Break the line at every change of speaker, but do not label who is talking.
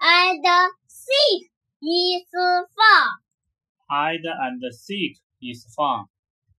and seek is found.
Hide and seek is found.